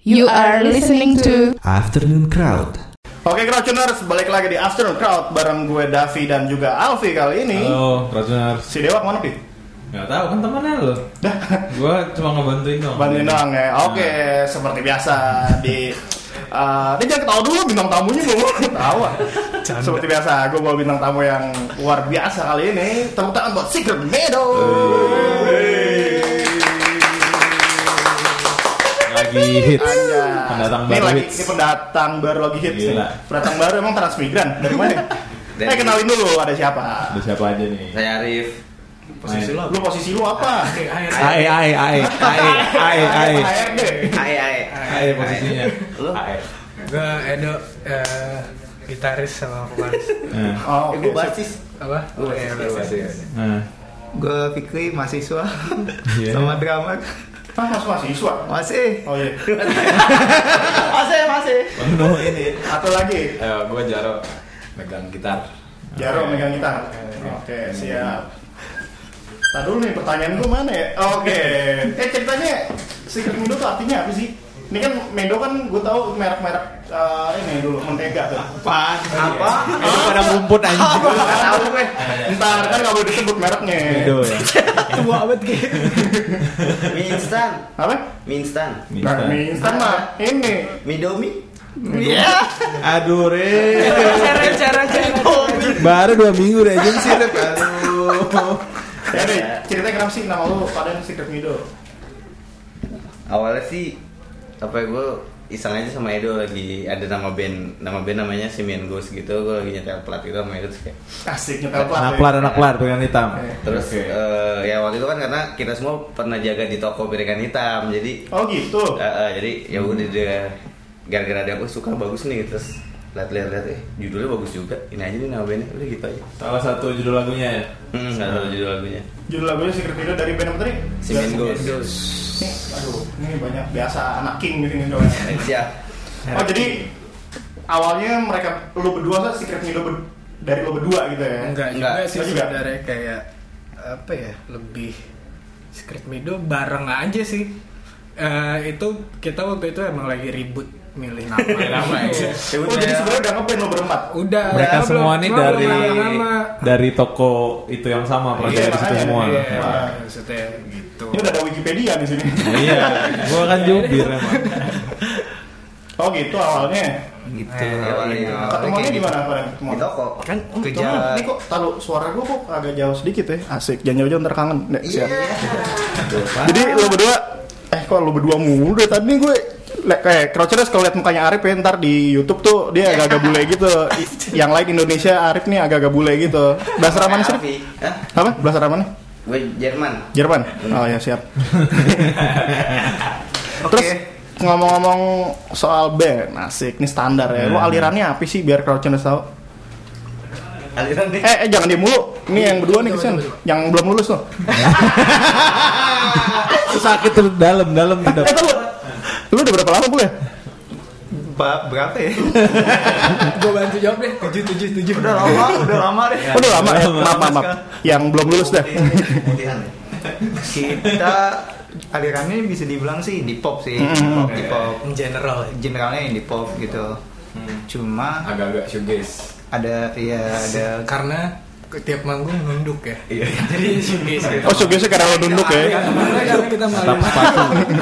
You are listening to Afternoon Crowd. Oke Crowdtuners, balik lagi di Afternoon Crowd bareng gue Davi dan juga Alfi kali ini. Halo, Rajonars. Si Dewa kemana Pi? Gak tau kan temennya lo. Gua cuma ngebantuin dong. Bantuin doang ya. Oke, Nah. seperti biasa di eh ini jangan ketawa dulu bintang tamunya gue mau ketawa Seperti biasa, gue bawa bintang tamu yang luar biasa kali ini Tepuk tangan buat Secret Meadow Lagi hits. Anjay. Pendatang Ya. ini baru lagi, hits. Ini pendatang baru lagi hits nih. Gila. Pendatang baru emang transmigran, dari mana? Eh kenalin dulu ada siapa Ada siapa aja nih? Saya Arif. Posisi lo. Lu posisi lu apa? Ae ae ae ae ae ae. HRD Hai hai. Ae Eh, posisinya. Lu? Ae. Gue Edo eh, gitaris sama vokalis. Nah, Eh, Oh, oke. gua basis. Apa? Gua iya, basis, gua basis. nah. Gue Fikri mahasiswa Iya. Eh. sama drama Ah, masih mahasiswa? masih Oh iya. Masih masih. Penuh ini. Satu lagi, Eh, gua Jaro. Megang gitar. Jaro megang gitar. Oke, siap. Tadi dulu nih pertanyaan gue mana ya? Oke. Eh ceritanya Secret Mendo tuh artinya apa sih? Ini kan Mendo kan gue tahu merek-merek eh, ini dulu mentega tuh. Apaan? Apa? Itu pada ngumpul anjing. Gak tahu gue. Ntar kan nggak boleh disebut mereknya. Itu ya. Tua banget gitu. Mie instan. Apa? Mie instan. Nah, mie instan mah ini. Midomi. Aduh, Re. Baru dua minggu udah aja sih, Rep. Aduh. Ya deh, ceritanya kenapa sih nama lu pada Secret Mendo? Awalnya sih apa gue iseng aja sama Edo lagi ada nama band nama band namanya Simian Ghost gitu gue lagi nyetel plat gitu sama Edo terus kayak Asik nyetel plat. Naklar, naklar dengan hitam. terus Oke. eh, ya waktu itu kan karena kita semua pernah jaga di toko piringan hitam jadi ya. Oh gitu. Eh, eh, jadi ya udah deh gara-gara dia aku suka bagus nih terus lihat-lihat lihat eh judulnya bagus juga ini aja nih nama bandnya udah gitu aja Salah satu judul lagunya ya. hmm, nggak tahu judul lagunya Judul lagunya Secret Mendo dari band apa tadi? Simen Ghost Nih, aduh, ini banyak biasa anak king gitu nih doang. siap Oh jadi awalnya mereka lu berdua lah secret lo ber- dari lu berdua gitu ya? Enggak Enggak. juga sih Oh, juga. sebenarnya kayak apa ya lebih Secret Mido bareng aja sih. Eh, itu kita waktu itu emang lagi ribut milih nama. nama Ya iya. Oh jadi sebenarnya udah ngeband lo berempat. Udah. Mereka Eh, belum- semua nih cuma belum dari nama- nama. dari toko itu yang sama, pernah Iya, dari situ makanya. semua. Iya, Ya. maksudnya gitu. Ini udah ada Wikipedia di sini. Iya, gua kan jubir emang. oh gitu awalnya. gitu. awalnya Eh, iya. gitu. Ketemuannya di mana kemarin? Ketemu. di toko Kan kerja Ini kok taruh suara gua kok agak jauh sedikit ya? Asik, jangan jauh-jauh ntar kangen. Nek, siap. Jadi lo berdua eh kok lo berdua mulu dari tadi gue le- kayak Crouchers kalau lihat mukanya Arif ya ntar di YouTube tuh dia agak-agak bule gitu. I- Yang lain Indonesia Arif nih agak-agak bule gitu. Bahasa mana sih? Rif? Hah? Apa? Bahasa mana? eh, gue Jerman Jerman. Oh ya siap. Oke. Terus ngomong-ngomong soal band, asik nih standar ya. Lu alirannya apa sih biar Crouchers tahu? aliran nih Eh, eh jangan dia mulu. Ini yang berdua nih kesian. Yang belum lulus tuh. Sakit tuh dalam, dalam Eh, tidak. tuh lu. Lu udah berapa lama kuliah? ba- berapa ya? Gue bantu jawab deh. Tujuh tujuh tujuh. Udah lama, udah lama deh. Oh, udah lama ya. Maaf, maaf, maaf. Kak. Yang belum lulus dah. Putihan ya? Kita alirannya bisa dibilang sih di pop sih, Mm-hmm. di pop, di pop. General. Generalnya yang di pop gitu. Hmm. Cuma Agak-agak shoegaze. ada ya ada ada karena tiap manggung nunduk ya. Iya. Jadi showcase gitu. Oh, sugesnya karena lo nunduk ya. Karena karena Iya, kan kita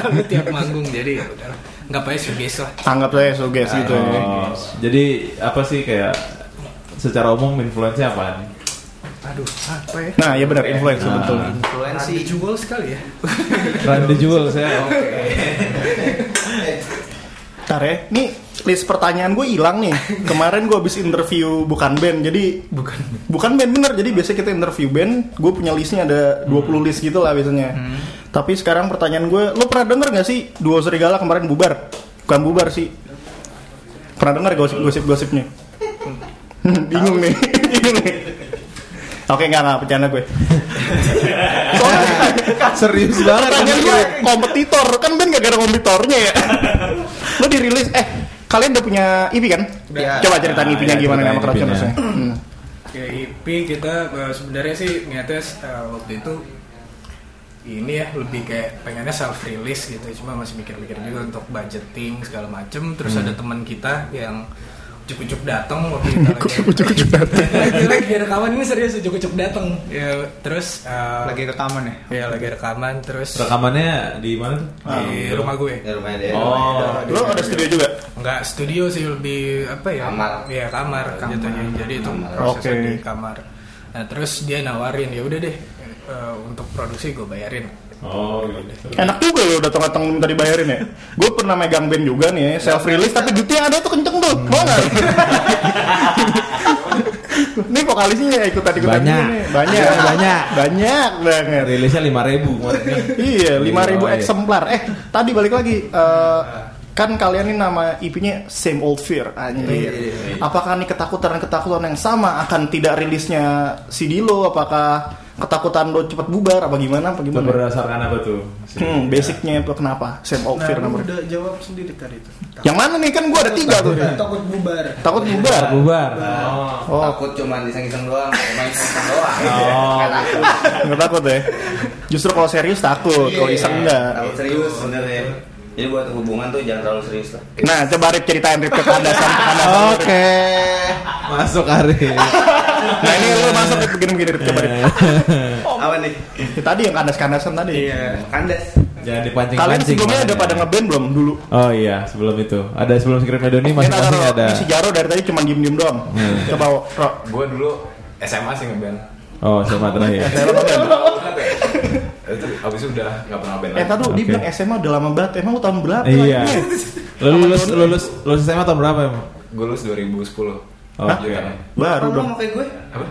malu tiap manggung jadi ya udahlah. Enggak pakai showcase lah. Anggap saya suges gitu ya. Oh, jadi apa sih kayak secara umum influence-nya apaan? Aduh, apa ya? Nah, ya benar influencer betul. influensi. Si jual sekali ya. Randy Jewel saya. ya. Ntar ya. Nih, list pertanyaan gue hilang nih. Kemarin gue habis interview bukan band, jadi bukan bukan band bener. Jadi biasanya kita interview band, gue punya listnya ada Hmm. 20 list gitu lah biasanya. Tapi sekarang pertanyaan gue, lo pernah denger gak sih duo serigala kemarin bubar? Bukan bubar sih. Pernah denger gosip-gosip-gosipnya? Hmm, bingung nih, bingung nih. Oke, nggak nggak bercanda gue. Soalnya Serius banget. Pertanyaan gue kompetitor kan band gak ada kompetitornya ya. Lo dirilis eh kalian udah punya IP kan? Udah. Coba ceritain Ah, IP-nya iya, gimana nama ceritain IP-nya. Crouchers-nya. Hmm. Ya, IP kita eh, sebenarnya sih niatnya eh, waktu itu ini ya lebih kayak pengennya self release gitu cuma masih mikir-mikir juga untuk budgeting segala macem terus ada teman kita yang ujuk-ujuk datang waktu kita lagi ujuk-ujuk datang lagi rekaman ini serius ujuk-ujuk datang ya terus eh, lagi rekaman ya ya lagi rekaman terus Rekamannya di mana tuh? di rumah gue Iya. Di rumahnya dia. Oh, Lo ada studio juga? Enggak, studio sih lebih apa ya? Kamar. Iya, kamar, Kamar. jatuhnya. Jadi itu Kamar. prosesnya Oke. di kamar. Nah, terus dia nawarin, ya udah deh eh, untuk produksi gue bayarin. oh gitu. iya. Enak juga lo datang-datang minta dibayarin ya. Gue pernah megang band juga nih, self release tapi duitnya yang ada tuh kenceng tuh. Mau nggak? Nih vokalisnya ya ikutan ikutan Banyak. banyak, banyak, banyak banget. Rilisnya lima ribu kemarin kan. Iya, 5000 Iya. eksemplar. Eh, tadi balik lagi eh, kan kalian ini nama IP-nya Same Old Fear anjir. Apakah nih ketakutan-ketakutan yang sama akan tidak rilisnya CD lo? Apakah ketakutan lo cepet bubar apa gimana apa Itu gimana? berdasarkan apa tuh? Hmm, basicnya itu kenapa? Same Old Fear Nah, lu nomor. udah jawab sendiri tadi tuh. Yang mana nih kan gua ada tiga tuh. Takut bubar. Takut bubar. Bubar. Oh. Oh, Takut cuman diseng-iseng doang, main iseng doang. Oh. Nggak takut. nggak takut ya. Justru kalau serius takut, Iya, kalau iseng enggak. Takut Iya, serius sebenarnya. Jadi buat hubungan tuh jangan terlalu serius lah. Nah, coba Rip ceritain Rip ketandasan ketandasan. Oke. Masuk Arif. Nah, ini lu masuk Rip begini-begini Rip coba Iya. Rip. Apa nih? Ya, tadi yang kandas-kandasan tadi. Iya. Kandas. Jangan dipancing Kalian sebelumnya ada pada ngeband belum dulu? Oh iya, sebelum itu. Ada sebelum skrip Medoni Ini masing-masing ada. Iya. ada. Si Jaro dari tadi cuma diem-diem doang. Coba Ro. Gue dulu SMA sih ngeband. Oh, sama terakhir. Jaro Iya. ngeband. Itu abis itu udah nggak pernah ngeband Eh lagi. tadi dia Oke. bilang SMA udah lama banget. Emang lu tahun berapa? Iya. lagi? Lu lulus lulus lulus SMA tahun berapa emang? Gue lulus 2010. Oh, Hah? iya. Baru Kamu dong. mau kayak gue? Apa?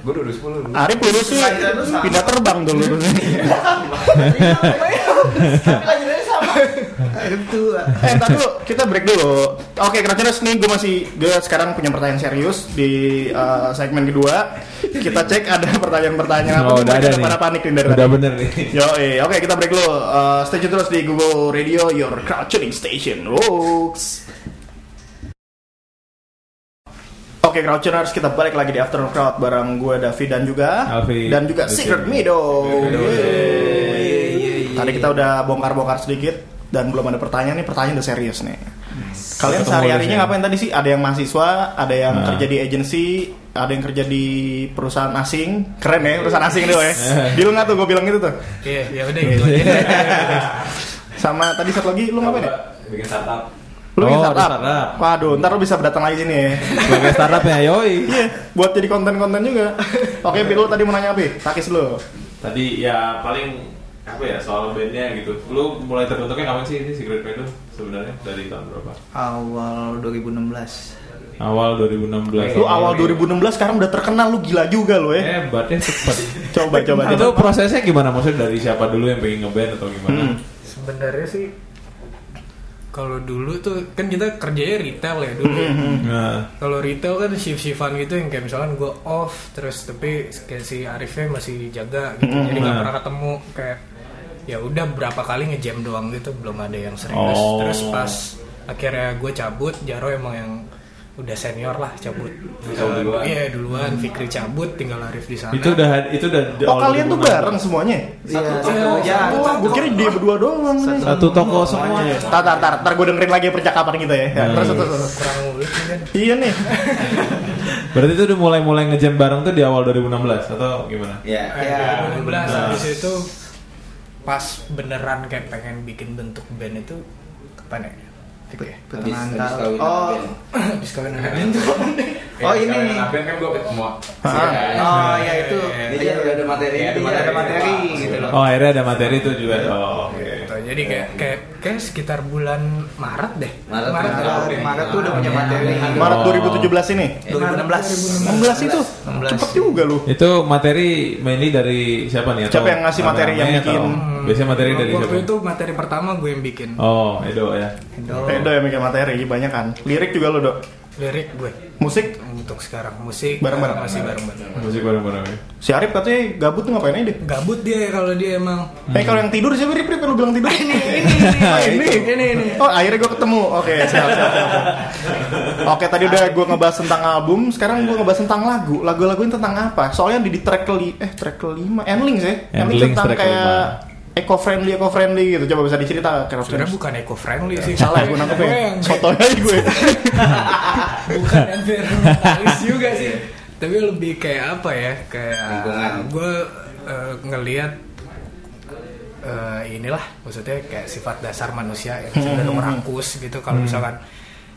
Gue 2010 dulu. Nah, Arif lulus sih pindah terbang dulu. Itu eh tadi kita break dulu. Oke, Crouchers nih gue masih gue sekarang punya pertanyaan serius di eh, segmen kedua. Kita cek ada pertanyaan-pertanyaan apa Oh, nih, udah mereka ada nih. pada panik nih dari Udah tadi. bener nih. Yo, oke kita break dulu. Eh, stay tune terus di Google Radio Your Crouching Station. Wow. Oke, Crouchers kita balik lagi di Afternoon Crowd bareng gue Davi dan juga Alfi. dan juga Oke. Secret Mido. Yeay. Tadi kita udah bongkar-bongkar sedikit dan belum ada pertanyaan nih, pertanyaan udah serius nih. Kalian Ketemu sehari-harinya udah ngapain tadi sih? Ada yang mahasiswa, ada yang Nah. kerja di agensi, ada yang kerja di perusahaan asing. Keren ya, perusahaan asing itu ya. Deal nggak tuh gue bilang gitu tuh. Iya, ya udah gitu aja. deh. Sama tadi satu lagi lu ngapain ya? Bikin startup. Lu bikin Oh, ada startup. startup. Waduh, ntar lu bisa datang lagi sini ya. Sebagai startup ya, yoi. Iya, buat jadi konten-konten juga. Oke, Pi, lu tadi mau nanya apa? Pi? Takis lu. Tadi ya paling apa ya soal bandnya gitu. Lu mulai terbentuknya kapan sih ini Secret Band tuh sebenarnya dari tahun berapa? awal 2016 Awal 2016. Lu awal 2016 sekarang udah terkenal lu gila juga lu Iya. ya. Eh, berarti cepet. Coba coba Itu coba. prosesnya gimana? Maksudnya dari siapa dulu yang pengen ngeband atau gimana? Hmm. Sebenarnya sih kalau dulu tuh kan kita kerjanya retail ya dulu. ya. Mm-hmm. Nah, Kalau retail kan shift-shiftan gitu yang kayak misalkan gue off terus tapi kayak si Arifnya masih dijaga gitu. Jadi nggak Nah. pernah ketemu kayak ya udah berapa kali ngejam doang gitu belum ada yang serius. Oh. Terus pas akhirnya gue cabut, Jaro emang yang udah senior lah cabut. Eh, duluan. Iya duluan, Fikri cabut, tinggal Arif di sana. Hmm. itu udah itu udah di Oh, awal kalian tuh 2016. bareng semuanya? satu Iya, Oh, gue kira dia berdua doang nih. Ya, Satu toko semua. Tar, tar, tar, tar gue dengerin lagi percakapan kita ya. Iya. ya terus, terus, terus. kurang ngulik nih kan. Iya nih. Berarti itu udah mulai-mulai ngejam bareng tuh di awal 2016 atau gimana? Iya. Iya, Ya. Ya, 2016 habis itu pas beneran kayak pengen bikin bentuk band itu kapan ya? Fik ya? Habis, pertengahan habis tahun kawin Iya. oh sama Ben. Habis kawin sama dia. Oh, ini nih. Ngapain kan gue semua. oh ya itu Ini kan udah ada materi. Iya. Iya, dia. ada materi gitu loh Oh, akhirnya ada materi tuh juga. Iya. Oh, oke. Gitu, Jadi kayak, kayak kayak sekitar bulan Maret deh. Maret, Maret. Maret Maret tuh udah Iya. punya materi Maret Oh. 2017 ini. 16 2016 itu. Cepet juga lu. Itu materi mainly dari siapa nih? Siapa Atau yang ngasih materi yang anak-anaknya bikin? atau- Hmm. Biasanya materi dari Hmm, Waktu siapa? itu materi pertama gue yang bikin. Oh, Edo ya. Edo yang bikin materi banyak kan. Lirik juga lu, Dok. lirik gue Musik untuk sekarang musik Bareng-bareng. masih bareng-bareng Musik bareng-bareng ya. si Arif katanya gabut tuh ngapain aja deh. gabut dia ya kalau dia emang Eh kalau yang tidur siapa Rip? Rip yang lu bilang tidur? ini, ini, ini, ini, ini. Oh akhirnya gue ketemu. Oke, siap, siap, siap. Oke tadi udah gue ngebahas tentang album, sekarang gue ngebahas tentang lagu. Lagu-lagu ini tentang apa? Soalnya di, di track keli, eh track kelima, Endling sih. Endlings tentang track kayak eco friendly, eco friendly gitu. Coba bisa dicerita Kak Rofin. sebenarnya bukan eco friendly sih Salah ya gue nangkepnya. Gue yang- Sotoy aja gue. bukan environmentalis juga Iya. sih tapi lebih kayak apa ya kayak Lingkungan. gue eh, ngelihat eh, inilah maksudnya kayak sifat dasar manusia yang Hmm. cenderung rakus gitu kalau misalkan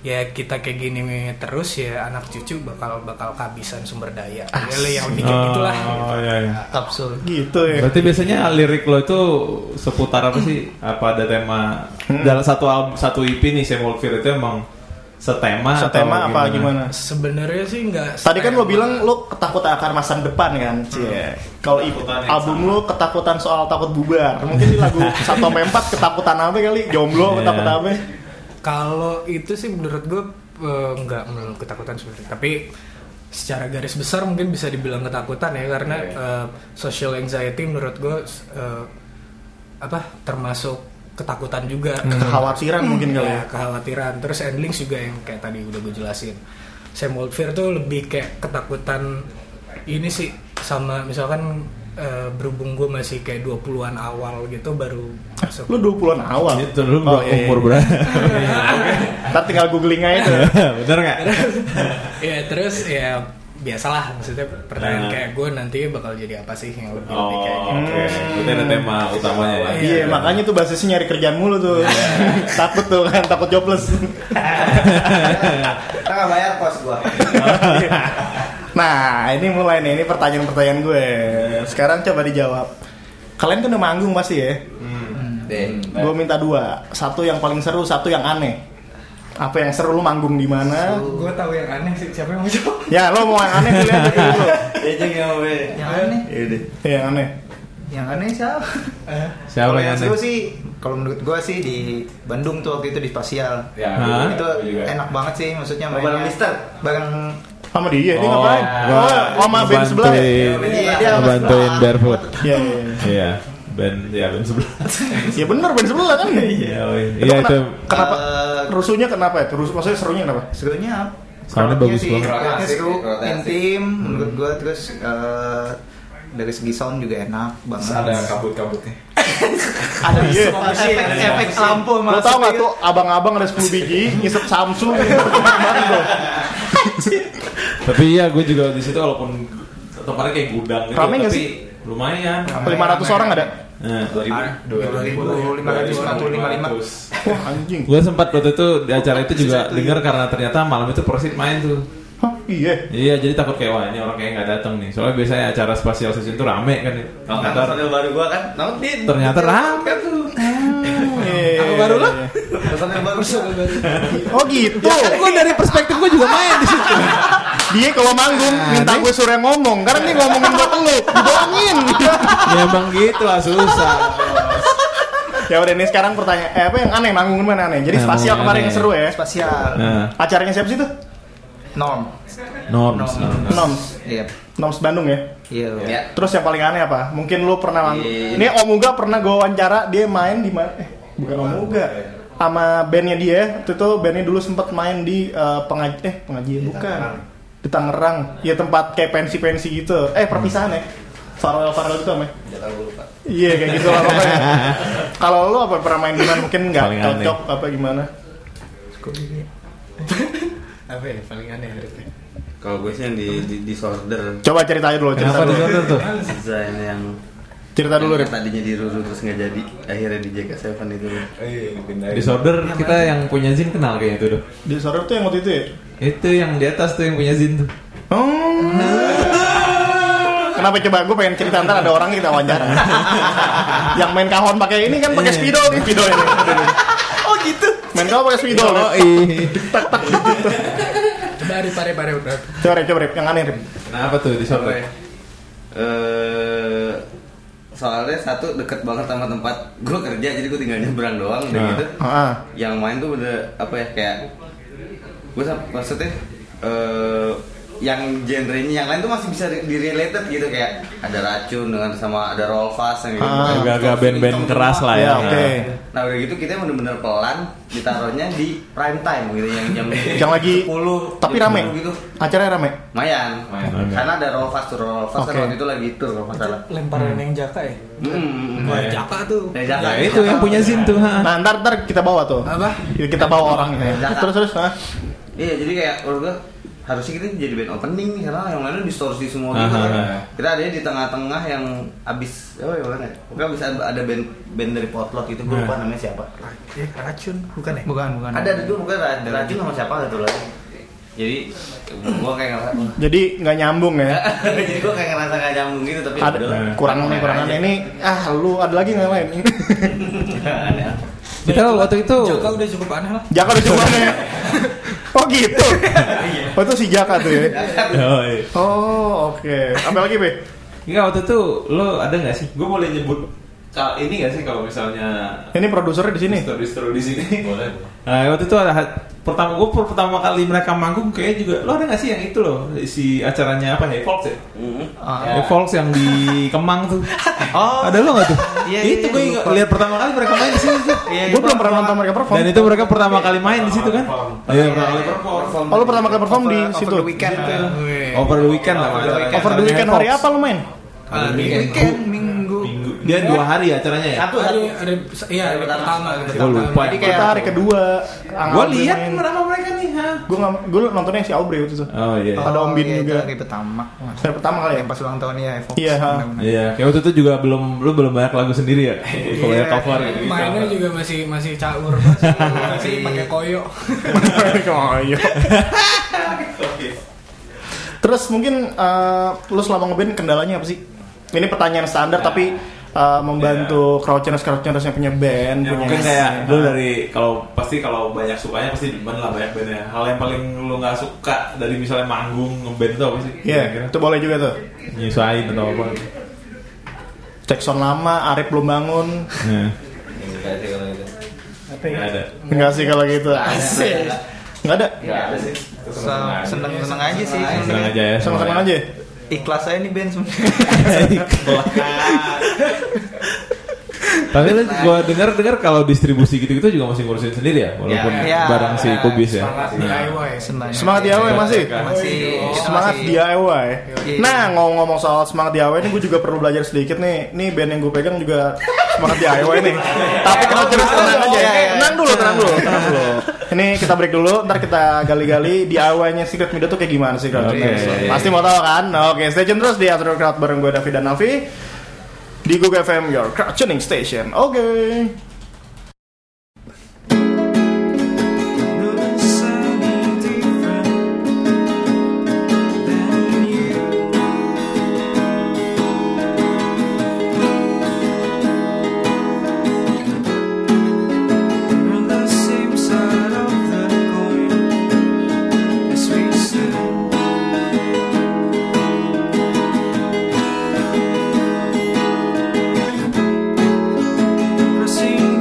ya kita kayak gini terus ya anak cucu bakal bakal kehabisan sumber daya Yele, yang lebih kayak gitulah Oh iya iya. kapsul gitu ya. Berarti biasanya lirik lo itu seputar apa sih? Apa ada tema Hmm. dalam satu album satu EP nih Samuel Fear itu emang setema Setema apa gimana? sebenarnya sih nggak Tadi kan lo setema. bilang lo ketakutan akan masa depan kan, Cie. Kalau i- Ketakutan yang album lo ketakutan soal takut bubar. Mungkin di lagu 1 sampai 4 ketakutan apa kali? Jomblo ketakutan apa? Kalau itu sih menurut gue eh, nggak melulu ketakutan sebenarnya. Tapi secara garis besar mungkin bisa dibilang ketakutan ya karena eh, social anxiety menurut gue eh, apa termasuk ketakutan juga Hmm. Kekhawatiran mungkin kali ya. Ya, kekhawatiran. Terus endlings juga yang kayak tadi udah gue jelasin. Sam Fear tuh lebih kayak ketakutan ini sih sama misalkan eh, berhubung gue masih kayak 20-an awal gitu baru masuk Lo 20-an awal. Itu dulu Oh, iya, iya. Gitu, umur Iya, berapa? Ntar tinggal googling aja tuh. Bener nggak? ya terus ya biasalah maksudnya pertanyaan Nah. kayak gue nanti bakal jadi apa sih yang lebih lebih kayak Oh, gitu. oke. Berarti ada tema utamanya ya. Iya, makanya tuh basisnya nyari kerjaan mulu tuh. takut tuh kan, takut jobless. Kita nggak bayar kos gua. Nah, ini mulai nih, ini pertanyaan-pertanyaan gue. Sekarang coba dijawab. Kalian kan udah manggung pasti ya? Gue minta dua, satu yang paling seru, satu yang aneh. Apa yang seru lu manggung di mana? gue tahu yang aneh sih siapa yang mau jawab Ya lo mau yang aneh pilih aja dulu. lo. Ejeng ya Obe. yang aneh Iya, yang aneh. yang aneh siapa Siapa Kalau Nah, yang aneh? seru sih kalau menurut gua sih di Bandung tuh waktu itu di spasial Ya, itu Hah? itu juga. enak banget sih maksudnya Bareng Mister? bareng Sama dia, dia Iya, ngapain? Oh, gua Oh, sama band sebelah ya? bantuin- Iya, dia sama bantuin sebelah. barefoot. Iya, iya, iya. Iya, band ya band sebelah. Ya bener band sebelah kan? Iya, oi. iya kena- itu Kenapa? Eh, Rusuhnya kenapa ya? Terus maksudnya serunya kenapa? serunya apa? Soundnya Crowdnya bagus sih, banget. crowdnya Asik, seru, crowdnya asik. intim Hmm. menurut gua terus eh, dari segi sound juga enak banget ada kabut-kabutnya. Ada iya. efek, efek lampu Lo tau gitu. gak tuh abang-abang ada 10 biji ngisep Samsung kemarin tuh. Tapi iya gue juga di situ walaupun tempatnya kayak gudang gitu Rame nggak tapi sih? lumayan. Apa 500 orang ada? Nah, Dua ribu lima ratus enam puluh lima lima. Wah anjing. gue sempat waktu itu di acara itu juga denger karena ternyata malam itu prosit main tuh. Hah, iya. Iya, jadi takut kayak wah ini orang kayak nggak datang nih. Soalnya biasanya acara spasial session tuh rame kan. ya. Kalau kata personil baru gua kan, Naudin. Ternyata rame kan tuh. Iya, Aku baru lo? Personil baru. Oh gitu. Iya kan? Gue dari perspektif gue juga main di situ. Dia kalau manggung minta gue suruh yang ngomong, karena dia ngomongin buat lu, dibohongin. ya emang gitu lah susah. ya udah ini sekarang pertanyaan, eh apa yang aneh manggung di mana aneh? Jadi Nah, spasial manggung kemarin aneh. yang seru ya. spasial Nah, Acaranya siapa sih tuh? Iya. norm norms. norms. Noms, iya Noms Bandung ya. iya Ya. Terus yang paling aneh apa? Mungkin lu pernah manggung. Iya, Di- Ini Om Uga pernah gue wawancara dia main di mana? Eh, bukan Iya, Om Uga. Sama bandnya dia, itu tuh bandnya dulu sempat main di eh, pengaji eh pengajian bukan di Tangerang. Ya tempat kayak pensi-pensi gitu. Eh perpisahan ya. Farewell farewell gitu Om ya. Iya kayak gitu lah pokoknya. Kalau lu apa pernah main di mana mungkin nggak Paling aneh. cocok apa gimana? apa ya paling aneh hidupnya Kalau gue sih yang di, di disorder Coba ceritanya dulu, cerita Kenapa di dulu. sana tuh? desain yang Cerita dulu, Rip. yang tadinya di Ruru terus nggak jadi akhirnya di JK7 itu Eh, Disorder kita yang punya Zin kenal kayaknya tuh. Dok. Di sore tuh yang waktu itu ya? Itu yang di atas tuh yang punya Zin tuh. Hmm. Kenapa coba gue pengen cerita ntar ada orang kita wawancara. Yang main kahon pakai ini kan pakai spidol nih, spidol ini. oh gitu Main kahon pakai spidol. ih. coba hari pare pare udah Coba Rip, coba Rip, yang aneh Rip. Kenapa tuh Apa disorder? ya? Eh, soalnya satu deket banget sama tempat gue kerja jadi gue tinggal nyebrang doang udah Nah. gitu Ah, ah. yang main tuh udah apa ya kayak gue maksudnya eh, yang genrenya yang lain tuh masih bisa di di- related gitu kayak ada racun dengan sama ada roll fast yang gitu. Ah, agak-agak band-band keras lah ya. Ya, oke. Nah udah gitu kita bener-bener pelan ditaruhnya di prime time gitu yang jam Yang lagi 10, tapi jam rame. 10 gitu. Acaranya rame. Mayan. Lumayan. Karena ada roll fast tuh roll fast Oke. kan waktu itu lagi tur kalau nggak salah. Lemparan yang jaka ya? Hmm. Wah, jaka tuh. Dari Jakarta. Ya, itu yang punya Zin tuh. ha. Nah, ntar ntar kita bawa tuh. Apa? Kita bawa orangnya. Zakat. Terus terus nah. Iya jadi kayak menurut gua harusnya kita jadi band opening nih karena yang lainnya distorsi semua gitu Aha. kan. Kita ada di tengah-tengah yang abis apa ya namanya? Pokoknya abis ada ada band band dari potlot itu Nah. gue lupa namanya siapa. Eh, racun bukan ya? Bukan, bukan. Ada ada tuh bukan Ra- Rajin sama siapa gitu loh. Jadi gua kayak ngerasa Jadi nggak nyambung ya. jadi gua kayak ngerasa gak nyambung gitu tapi Iya. Ada kurang nih kurang aja. ini. Ah, lu ada lagi nggak lain? Aneh. Kita waktu itu Jaka udah cukup aneh lah. Jaka udah coba ya. Oh gitu. Oh itu si Jaka tuh ya. Yoi. Oh oke. Apa lagi be? Enggak Iya, waktu itu lo ada nggak sih? Gue boleh nyebut ah, ini gak sih kalau misalnya Ini produsernya di sini. distro-distro di sini? Boleh. Nah, waktu itu ada pertama gue pertama kali mereka manggung kayaknya juga lo ada nggak sih yang itu loh si acaranya apa ya Fox ya Mm-hmm. Iya. Ah, ya. Fox yang di Kemang tuh Oh. ada lo nggak tuh Iya, itu iya, gue lupa. lihat pertama kali mereka main di sini tuh. Iya, Gue iya, belum Pak. pernah nonton mereka perform. dan itu mereka pertama kali main di situ kan iya pertama kali Perform. Oh lu pertama kali perform di Over- over situ. Iya. the weekend tuh. iya. perform. over the weekend lah Over the acaranya. weekend. Over the weekend hari apa lu main? Hari Weekend minggu. dia dua hari acaranya ya Satu Hari, satu. hari, iya, hari pertama. gue lupa Jadi kayak kita hari kedua. gue lihat sama mereka nih ha Gue gue nontonnya si Aubrey waktu itu. oh iya Ada Om Bin iya, itu juga. Hari pertama. Hari pertama kali ya? Yang pas ulang tahun ya, Fox. Iya, ha. Benar-benar. Iya, kayak waktu itu juga belum lu belum banyak lagu sendiri ya. Kalau ya cover gitu. Mainnya juga masih masih caur, masih, masih pakai koyo. Koyo. Terus mungkin eh, lu selama ngeband kendalanya apa sih? Ini pertanyaan standar tapi eh, membantu crowdchanners crowdchanners yang punya band Ya, punya mungkin kayak lu dari kalau pasti kalau banyak sukanya pasti demen lah banyak bandnya. Hal yang paling lu nggak suka dari misalnya manggung ngeband tuh apa sih? Iya, Kira-kira. itu boleh juga tuh. Nyusahin atau apa. Cek sound lama, Arif belum bangun. Nah. Iya, Nggak ada. Enggak sih kalau gitu. Asik. Enggak ada. Se- Seneng-seneng aja sih. Senang aja Iya. ya. Sama-sama semuanya. aja. ya? Ikhlas aja nih band sebenarnya. Tapi lu gua dengar dengar kalau distribusi gitu-gitu juga masih ngurusin sendiri ya, walaupun Ya, ya. barang si Kubis ya. Semangat DIY. Seneng. Semangat DIY masih. Masih. Iya. kita Semangat masih- DIY. Iya. Nah, ngomong-ngomong soal semangat DIY ini gue juga perlu belajar sedikit nih. Nih band yang gue pegang juga semangat DIY nih. Tapi kalau terus tenang aja. Iya, iya. Tenang dulu, tenang dulu, tenang dulu. Ini kita break dulu, ntar kita gali-gali DIY-nya Secret Media tuh kayak gimana sih kalau Oke. Pasti mau tahu kan? Oke, stay tune terus di After Crowd bareng gue David dan Navi di Google FM Your Crowd Tuning Station. Oke. Proceed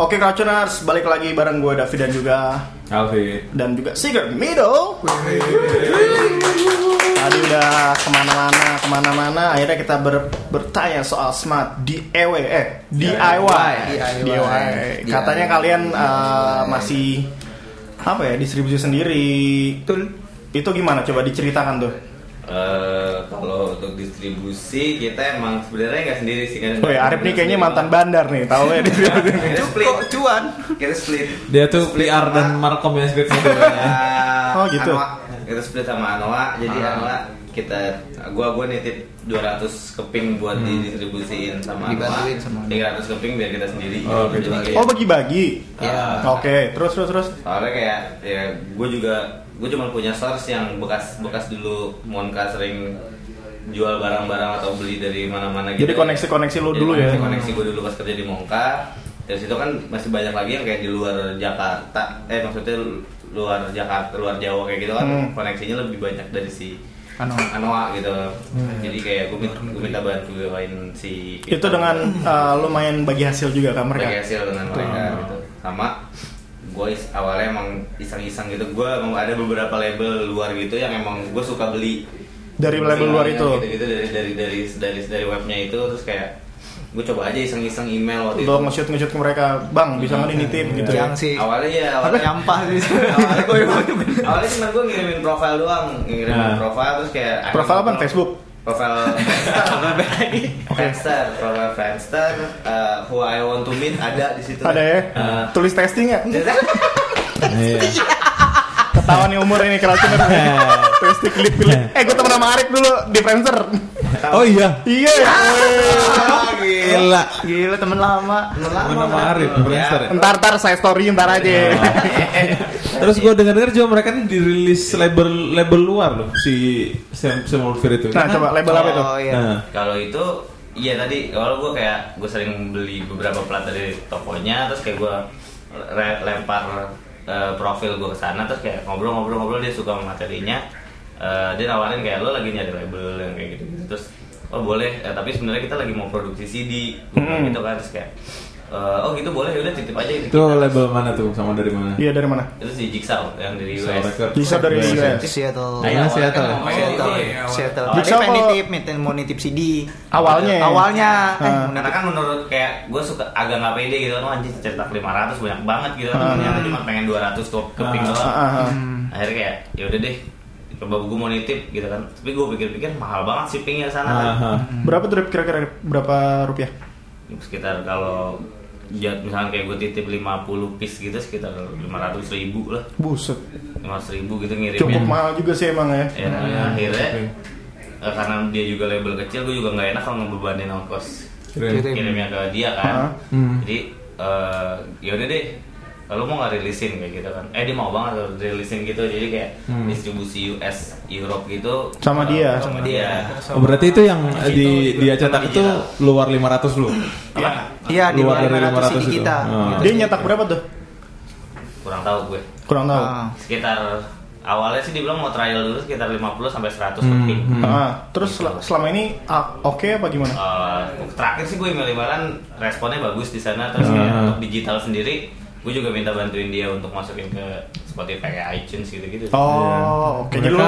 Oke Crowdtuners, balik lagi bareng gue David dan juga Alfi. dan juga Sigurd Middle. Tadi udah kemana-mana, kemana-mana. Akhirnya kita ber- bertanya soal smart DIY, eh DIY, DIY. Katanya kalian eh, DIY. masih apa ya distribusi sendiri. Itu gimana? Coba diceritakan tuh. Eh, kalau untuk distribusi kita emang sebenarnya nggak sendiri sih kan. Oh ya, Arif nih kayaknya mantan bandar nih, tahu ya? Kita split. cuan. Kita split. Dia tuh Split sama- PR dan Markom ya scriptnya. Eh, Oh, gitu. Ah. Anoa. Kita split sama Anoa. Jadi Anoa kita gua gua nitip 200 keping buat Hmm. didistribusiin sama Anoa. Dibantuin sama Anoa. 300 keping biar kita sendiri. Oh, Jadi gitu. kayak- Oh bagi-bagi. Ya. Oke, terus terus terus. soalnya kayak ya gue juga gue cuma punya source yang bekas bekas dulu Monka sering jual barang-barang atau beli dari mana-mana gitu Jadi koneksi-koneksi lu Jadi dulu ya? koneksi-koneksi gue dulu pas kerja di Monka dari situ kan masih banyak lagi yang kayak di luar Jakarta eh maksudnya luar Jakarta luar Jawa kayak gitu kan Hmm. koneksinya lebih banyak dari si Ano. Anoa gitu Hmm. jadi kayak gue minta, gua minta bantu lain si Itu dengan eh, lumayan bagi hasil juga kan mereka. bagi hasil dengan mereka gitu sama gue awalnya emang iseng-iseng gitu gue emang ada beberapa label luar gitu yang emang gue suka beli Dari label luar itu? gitu dari dari dari dari dari webnya itu terus kayak gue coba aja iseng-iseng email waktu itu Lo nge-shoot nge-shoot ke mereka, bang bisa nggak nih nitip gitu ya? yang sih awalnya ya apa awalnya nyampah sih awalnya gue awalnya cuma gue ngirimin profile doang ngirimin Nah. profile terus kayak Profile apa? akhirnya- Facebook? profile Friendster profile Friendster eh, who I want to meet ada di situ Uh, Ada ya? Ah. Eh, Tulis testing ya? Iya. Ketahuan nih umur ini keracunan. testing lip pilih. Eh gue temen sama Arif dulu di Friendster. Oh iya. Iya ya. Gila. gila temen lama Temen sama Arif, Friendster ya? Ntar ntar saya story ntar aja. Iya. Terus gue denger denger juga mereka nih dirilis label label luar loh si Sam Sam Wolfir itu. Nah coba label apa itu? oh iya Nah. Kalau itu iya tadi kalau gue kayak gue sering beli beberapa plat dari tokonya terus kayak gue lempar eh, profil gue ke sana terus kayak ngobrol-ngobrol-ngobrol dia suka sama materinya Eh, dia nawarin kayak lo lagi nyari label yang kayak gitu terus oh boleh Eh, tapi sebenarnya kita lagi mau produksi CD Gua bilang gitu kan terus kayak eh, oh gitu boleh udah titip aja gitu Hmm. Itu label mana tuh sama dari mana? Iya dari mana? itu si Jigsaw yang dari US Soul Record. Bisa dari Di US. Seattle Nah, awalnya kan Seattle. ngomongnya Seattle, gitu. iya. Seattle. Jadi Jadi pengen kalau- nitip, nitip- mau nitip CD. Awalnya. Awalnya. Ah. Eh, mau karena nitip. kan menurut kayak gue suka agak nggak pede gitu kan "Wah, anjing cetak 500 banyak banget gitu kan Hmm. ternyata cuma pengen 200 ke keping doang Ah, ah, ah. Hmm. akhirnya kayak ya udah deh coba gue mau nitip gitu kan tapi gue pikir-pikir mahal banget shippingnya ke sana kan Aha. Berapa tuh Rip? kira-kira Rip? berapa rupiah? Hmm. sekitar kalau ya, misalnya kayak gue titip 50 piece gitu sekitar 500 ribu lah Buset. 500 ribu gitu ngirimnya Iya. Cukup mahal juga sih emang ya. ya akhirnya eh, karena dia juga label kecil gue juga nggak enak kalau ngebebanin ongkos Keren. kirimnya ke dia kan Ah. Hmm. jadi eh yaudah deh lu mau nggak rilisin kayak gitu kan eh dia mau banget tuh rilisin gitu jadi kayak Hmm. distribusi US Europe gitu Sama eh, dia. sama dia Oh, berarti itu yang di dia cetak itu Iya. luar 500 lu. Iya, di Luar luar dari 500 CD 500 itu. kita. Ah. Gitu. Dia nyetak berapa tuh? kurang tahu gue Kurang tahu. Ah. sekitar awalnya sih dibilang mau trial dulu sekitar 50 sampai 100 Hmm, lebih hmm. Ah, terus sel- selama ini ah, oke apa gimana? Iya. Eh, terakhir sih gue email imailan responnya bagus di sana terus Ah. kayak untuk digital sendiri gue juga minta bantuin dia untuk masukin ke Spotify kayak iTunes gitu-gitu Oh, oke. Jadi Mereka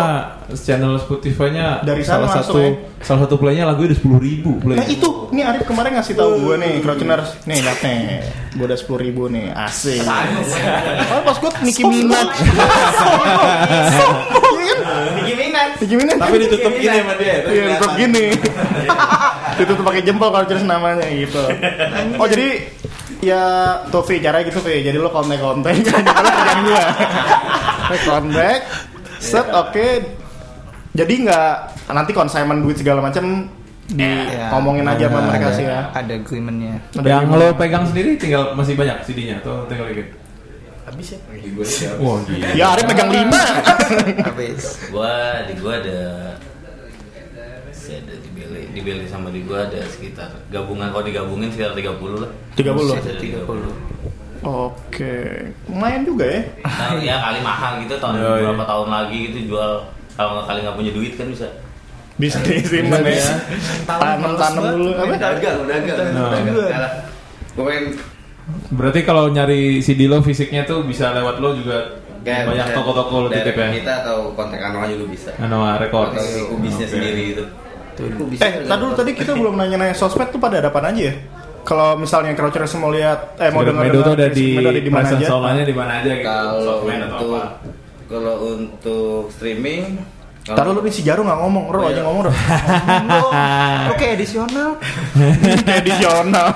lo channel Spotify-nya Dari salah sana satu langsung ya? salah satu playnya lagu udah sepuluh ribu play. Nah itu, nih Arif kemarin ngasih tahu gue nih, Crowdtuners Nih liat nih, gue udah 10 ribu nih, asik Oh pas gue Nicki Minaj Sombong, iya kan? Nicki Minaj Tapi ditutup gini sama dia. Iya, tetap gini Iya. Ditutup pakai jempol Crowdtuners namanya gitu Oh jadi Ya, tuh V, caranya gitu V Jadi lo kontak-kontak, kan kalau kerjaan gue Kontak, Iya. set, oke Jadi nggak, nanti consignment duit segala macam di Iya. ngomongin aja sama Ada- mereka sih ya Ada agreementnya. Ada Yang gimana? lo pegang sendiri tinggal masih banyak CD-nya atau tinggal dikit? Habis ya? Wah gila. Ya Arif pegang lima. Habis. gue di gue ada ada di Bele di Bele sama di gue ada sekitar gabungan kalau digabungin sekitar 30 lah 30? Sekitar 30 Oke, lumayan juga ya. Nah, ya kali mahal gitu tahun Iya, iya. berapa tahun lagi gitu jual kalau nggak kali nggak punya duit kan bisa Bisa Iya, disimpan ya. Tanam, Tanam-tanam males dulu apa? dagang dagang Dagang. gue pengen Berarti kalau nyari CD lo fisiknya tuh bisa lewat lo juga Kayak banyak bisa toko-toko lo dari titip ya. Anu, ah, kita atau kontak Anoa juga bisa Anoa Records. Ah, atau si kubisnya sendiri gitu. itu Kubis Eh, tadi dulu tadi kita belum nanya-nanya sosmed tuh pada ada apa aja ya? Kalau misalnya Crouchers mau lihat eh mau Medo dengar Medo tuh ada Chris di Medo ada di mana presence aja? online-nya di mana aja gitu. kalau Softman atau untuk apa. kalau untuk streaming kalau- Taruh lu nih si Jaru nggak ngomong, Ro Oh, aja iya. ngomong Ro. Oke, edisional. Edisional.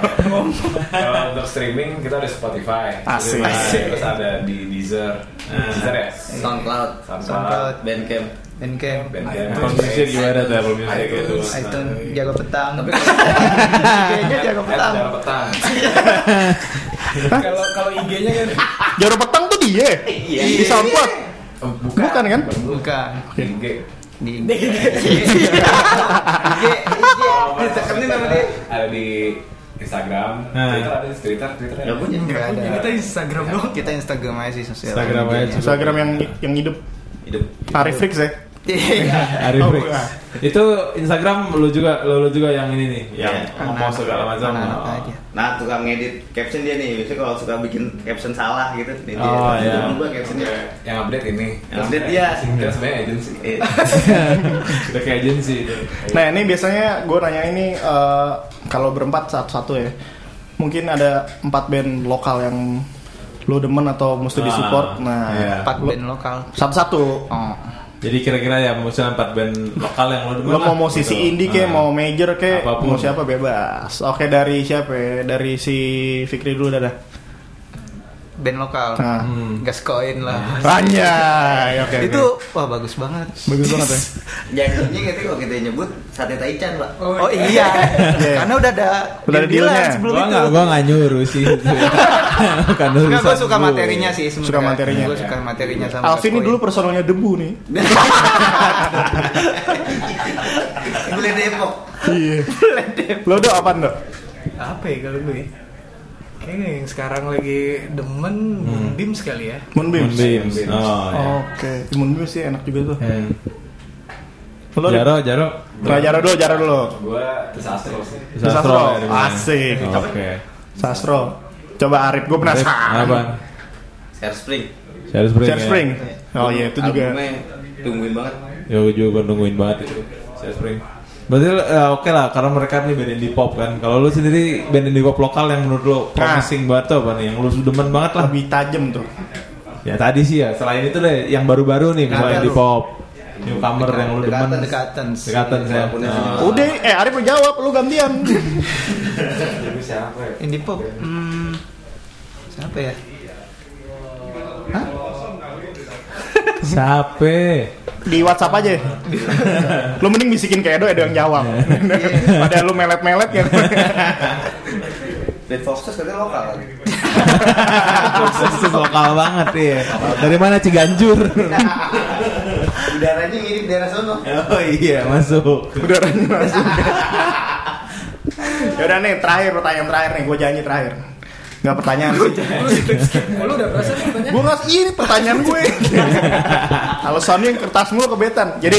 Kalau untuk streaming kita ada Spotify, Asik. Spotify. terus ada di Deezer, Deezer ya, SoundCloud SoundCloud, Bandcamp Bandcamp, Bandcamp, Konsumsi gimana tuh Apple Music gitu. iTunes, iTunes, jago petang. Iya. tapi Iya, IG-nya jago App petang. Jalan petang. Kalau kalau IG-nya kan Jaru petang tuh dia. Di SoundCloud. Oh, bukan. Bukan kan? Bukan. IG. Di Oh, Di- tekenin sama dia. Ada di Instagram, Nah. Twitter ada di Twitter, Twitter ada. nggak punya Nggak ada. kita Instagram doang. Kita Instagram aja sih sosial. Instagram aja. media. Instagram yang yang hidup hidup Arif Rix ya. Iya. Arif Oh, Rix. bukan. Itu Instagram lu juga lu lu juga yang ini nih, yang Iya. ngomong segala macam. Anak-anak Oh. aja. Nah, tukang ngedit caption dia nih. Biasanya kalau suka bikin caption salah gitu, dia Oh, dia iya. berubah captionnya. Yang update ini. Yang update, iya. Kita sebenarnya agency. Eh, Udah kayak agensi itu. Nah ini biasanya gue nanya ini eh, kalau berempat satu-satu ya. Mungkin ada empat band lokal yang lo demen atau mesti di support. Ah, Nah iya. Empat lo- band lokal. satu-satu. Oh. Jadi kira-kira ya misalnya empat band lokal yang lu demen Lo lah, mau musisi gitu. indie kek, Ah. mau major kek, mau Apapun. siapa bebas. Oke dari siapa? ya? Dari si Fikri dulu dah dah. Band lokal. Nah. Gaskoin lah. Nah. Anjay, oke. oke. Itu wah bagus banget. bagus banget ya. Jadinya gitu kalau kita nyebut sate taichan, Pak. Iya. Oh iya. Iya. Karena udah ada Udah ada deal-dealan deal-nya. sebelum Gua itu. nggak gua nggak nyuruh sih. Bukan urusan. Enggak, gue suka gua. materinya sih sebenarnya. Suka materinya. Gue suka materinya sama. Alvin ini Gascoigne. dulu personalnya debu nih. Boleh Depok. Iya. Lo udah apa Dok? Apa ya kalau gue? Kayaknya yang sekarang lagi demen Dim sekali ya. Moonbeams. Moonbeams. Oh, iya. Oke, Moonbeams sih enak juga tuh. Hmm. Lo ada- Jaro, Jaro. Nah, Jaro dulu, Jaro dulu. Gua Desastro sih. Sastro. ya, dimana? Asik. Oke. Sastro. Coba Arif, gue penasaran. Apa? Share Spring. Share Spring. Share ya. Spring. Oh iya, itu juga. Albumnya tungguin banget. Ya gue juga nungguin banget itu Saya Spring Berarti eh, oke lah karena mereka nih band indie pop kan Kalau lu sendiri band indie pop lokal yang menurut lu promising banget tuh apa nih Yang lu demen banget lah Nah. Lebih tajam tuh. Ya tadi sih ya selain itu deh yang baru-baru nih Dekatan. misalnya indie pop Newcomer yang lu demen Dekatan, dekatan. Dekatan saya Walaupun Nah. Ah. senyum. Udah, eh Arif lu jawab, lu gantian. Jadi siapa ya? Indie pop. Hmm. Siapa ya? Siapa? Di WhatsApp aja. lu mending bisikin ke Edo, Edo yang jawab. Padahal lu melet-melet kan. Red Foxes katanya lokal. kan? Khusus lokal banget ya Dari mana Ciganjur? Udaranya mirip daerah sono. oh iya masuk Udaranya langsung. Yaudah nih, terakhir pertanyaan terakhir nih, gue janji terakhir. Gak pertanyaan sih. Lu udah berasa nih pertanyaan? gue ngasih ini pertanyaan gue alasannya yang kertas mulu kebetan jadi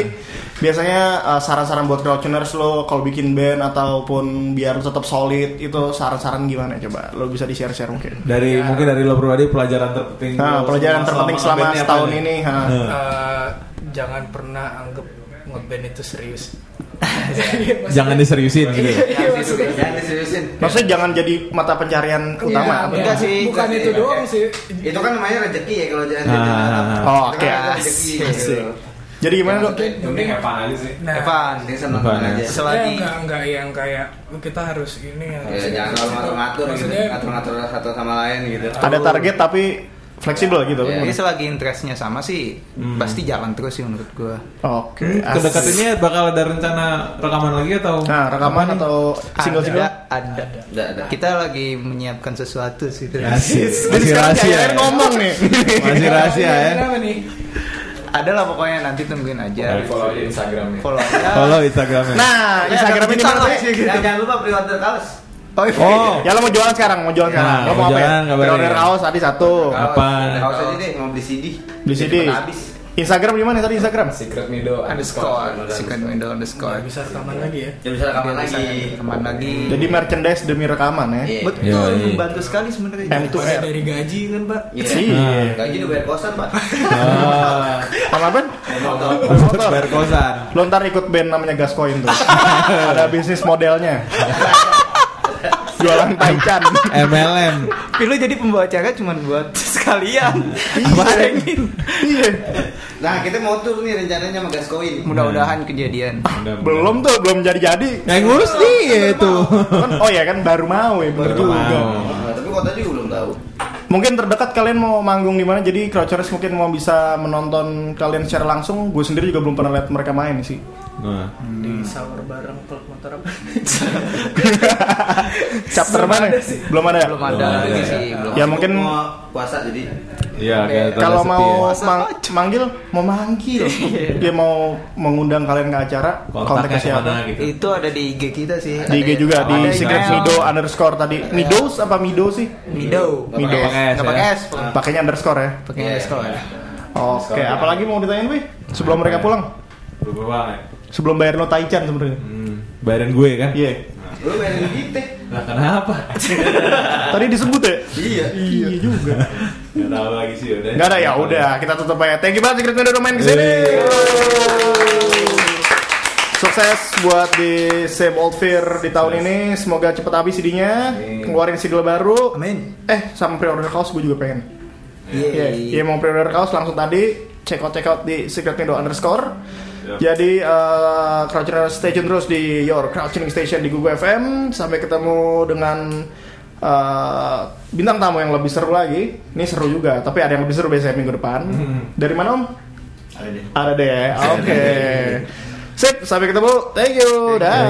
biasanya uh, saran-saran buat crowdtuners lo kalau bikin band ataupun biar tetap solid itu saran-saran gimana coba lo bisa di share-share mungkin dari mungkin dari lo pribadi pelajaran terpenting nah lo pelajaran terpenting selama ngebandnya apa setahun nih? ini ha. Nah. Eh, jangan pernah anggap ngeband itu serius. jangan diseriusin gitu Iya, Jangan diseriusin. maksudnya jangan jadi mata pencarian utama Iya, apa? enggak iya. sih, Bukan enggak itu sih. doang sih. Itu kan namanya rezeki ya kalau jangan Ah. Oh, oke. Rezeki. Asik. Iya. jadi gimana dok Mending Evan aja sih. Nah, Evan. Ini seneng Apaan ya? aja. Selagi enggak enggak yang kayak kita harus ini harus Ya, ini, jangan harus terlalu itu. ngatur-ngatur gitu, Maksudnya, ngatur-ngatur satu sama lain gitu. ada target tapi fleksibel gitu Hmm. Iya. jadi selagi interestnya sama sih pasti jalan terus sih menurut gua. oke asik. Kedekatannya bakal ada rencana rekaman lagi atau? nah rekaman atau single-single Ada, Iya. ada. Ada, ada. Kita lagi menyiapkan sesuatu sih. Asik. jadi Masih sekarang rahasia. akhir ya? ngomong nih Masih rahasia ya. Kenapa nih? Ada lah pokoknya nanti tungguin aja. Di follow aja Instagramnya. Follow aja. Follow Instagramnya. Ya. nah Instagram ini Kita berarti lah. Dan jangan lupa pre-order kaos. Oh, iya. Oh, Ya lo mau jualan sekarang, mau jualan sekarang. Nah, Lo mau mau apa ya? jualan, kabarin. Pre-order kaos tadi satu. Apa? Kaos aja deh, mau beli CD. Di Jadi CD. cepet habis. Instagram di mana tadi Instagram? Secret Mido underscore second window underscore Nggak bisa rekaman lagi ya. Dia bisa rekaman Dia bisa lagi. rekaman lagi Jadi merchandise demi rekaman ya. Iya. betul Iya, iya. membantu sekali sebenarnya M2R. Ada dari gaji kan pak. Iya. Nah. Iya. Gaji udah bayar kosan pak. Ah, Sama Ben? bayar kosan. Lo ntar ikut band namanya Gascoin tuh. Ada bisnis modelnya. Jualan taichan. MLM. tapi lu jadi pembawa acara cuma buat sekalian Barengin. Iya. Nah kita mau tur nih rencananya sama Gascoin. Hmm. mudah-mudahan kejadian belum tuh, belum jadi-jadi. Yang ngurus dia itu. Kan, oh ya kan baru mau ya, bener juga. Nah, tapi kota juga belum tahu. Mungkin terdekat kalian mau manggung di mana jadi Crouchers mungkin mau bisa menonton kalian secara langsung. Gue sendiri juga belum pernah lihat mereka main sih. Nah, di sahur bareng klub motor apa Chapter mana? ya? Belum ada. belum Belum ada lagi ada, sih ya. belum Ya mungkin Mau puasa jadi. iya kayak tanda kalau sepi mau ya. mang- manggil, mau manggil. Iya. Dia mau mengundang kalian ke acara, kontak kontaknya ke siapa? kemana gitu. itu ada di IG kita sih Di IG juga di Ada secret email. mido underscore tadi. Midos apa mido sih? Mido Mido. ya. nggak pakai S Pak. Ah. Pakainya underscore ya. pakai Iya. underscore Oke, apalagi mau ditanyain wih sebelum mereka pulang? Berapa bang ya? Sebelum bayar lo taichan sebenarnya. Hmm, bayaran gue kan? Iya. Lu main kita. Nah, kenapa? Tadi disebut ya? Iya. Iya juga. Gak tahu lagi sih udah. Enggak ada ya udah, kita tutup aja. Thank you banget Secret Mido udah main ke sini. Yeay. Sukses buat di Same Old Fear di tahun ini. Semoga cepet habis CD-nya, keluarin single baru. amin Eh, sama pre-order kaos gue juga pengen. Iya, Yeay. iya mau pre-order kaos langsung tadi check out check out di Secret Mindo underscore. Iya. Jadi eh Crouching Station terus di Your Crouching Station di Google FM sampai ketemu dengan eh, bintang tamu yang lebih seru lagi. Ini seru juga, tapi ada yang lebih seru biasanya minggu depan. Dari mana Om? Hmm. Ada deh. Ada deh. Oke. Sip, sampai ketemu. Thank you. Dah.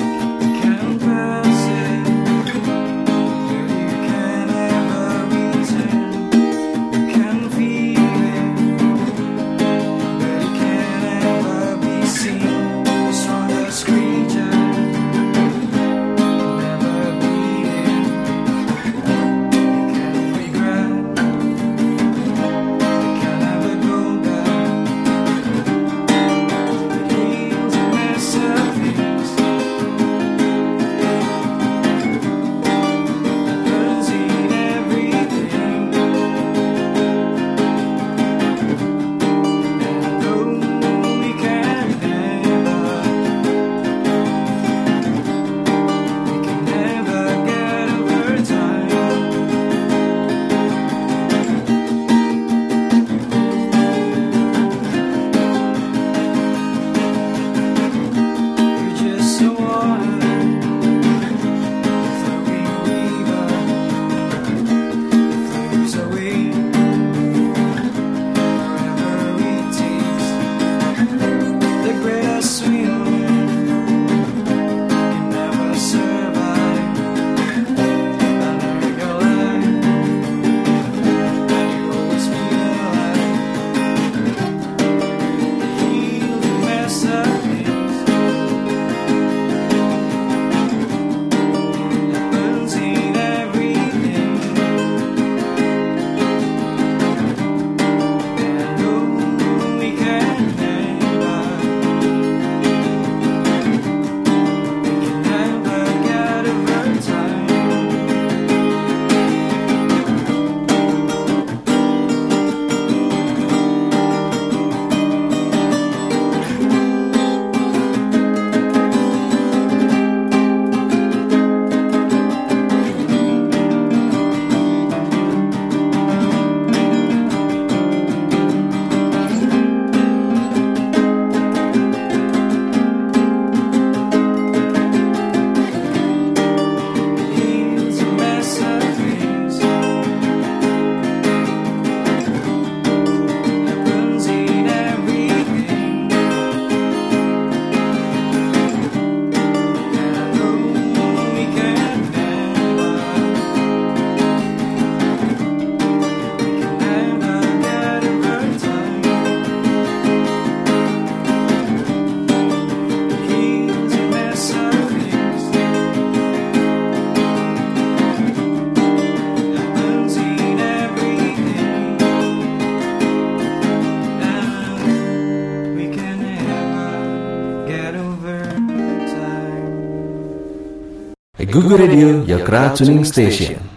can feel get over time. Google Radio, your crowd tuning station.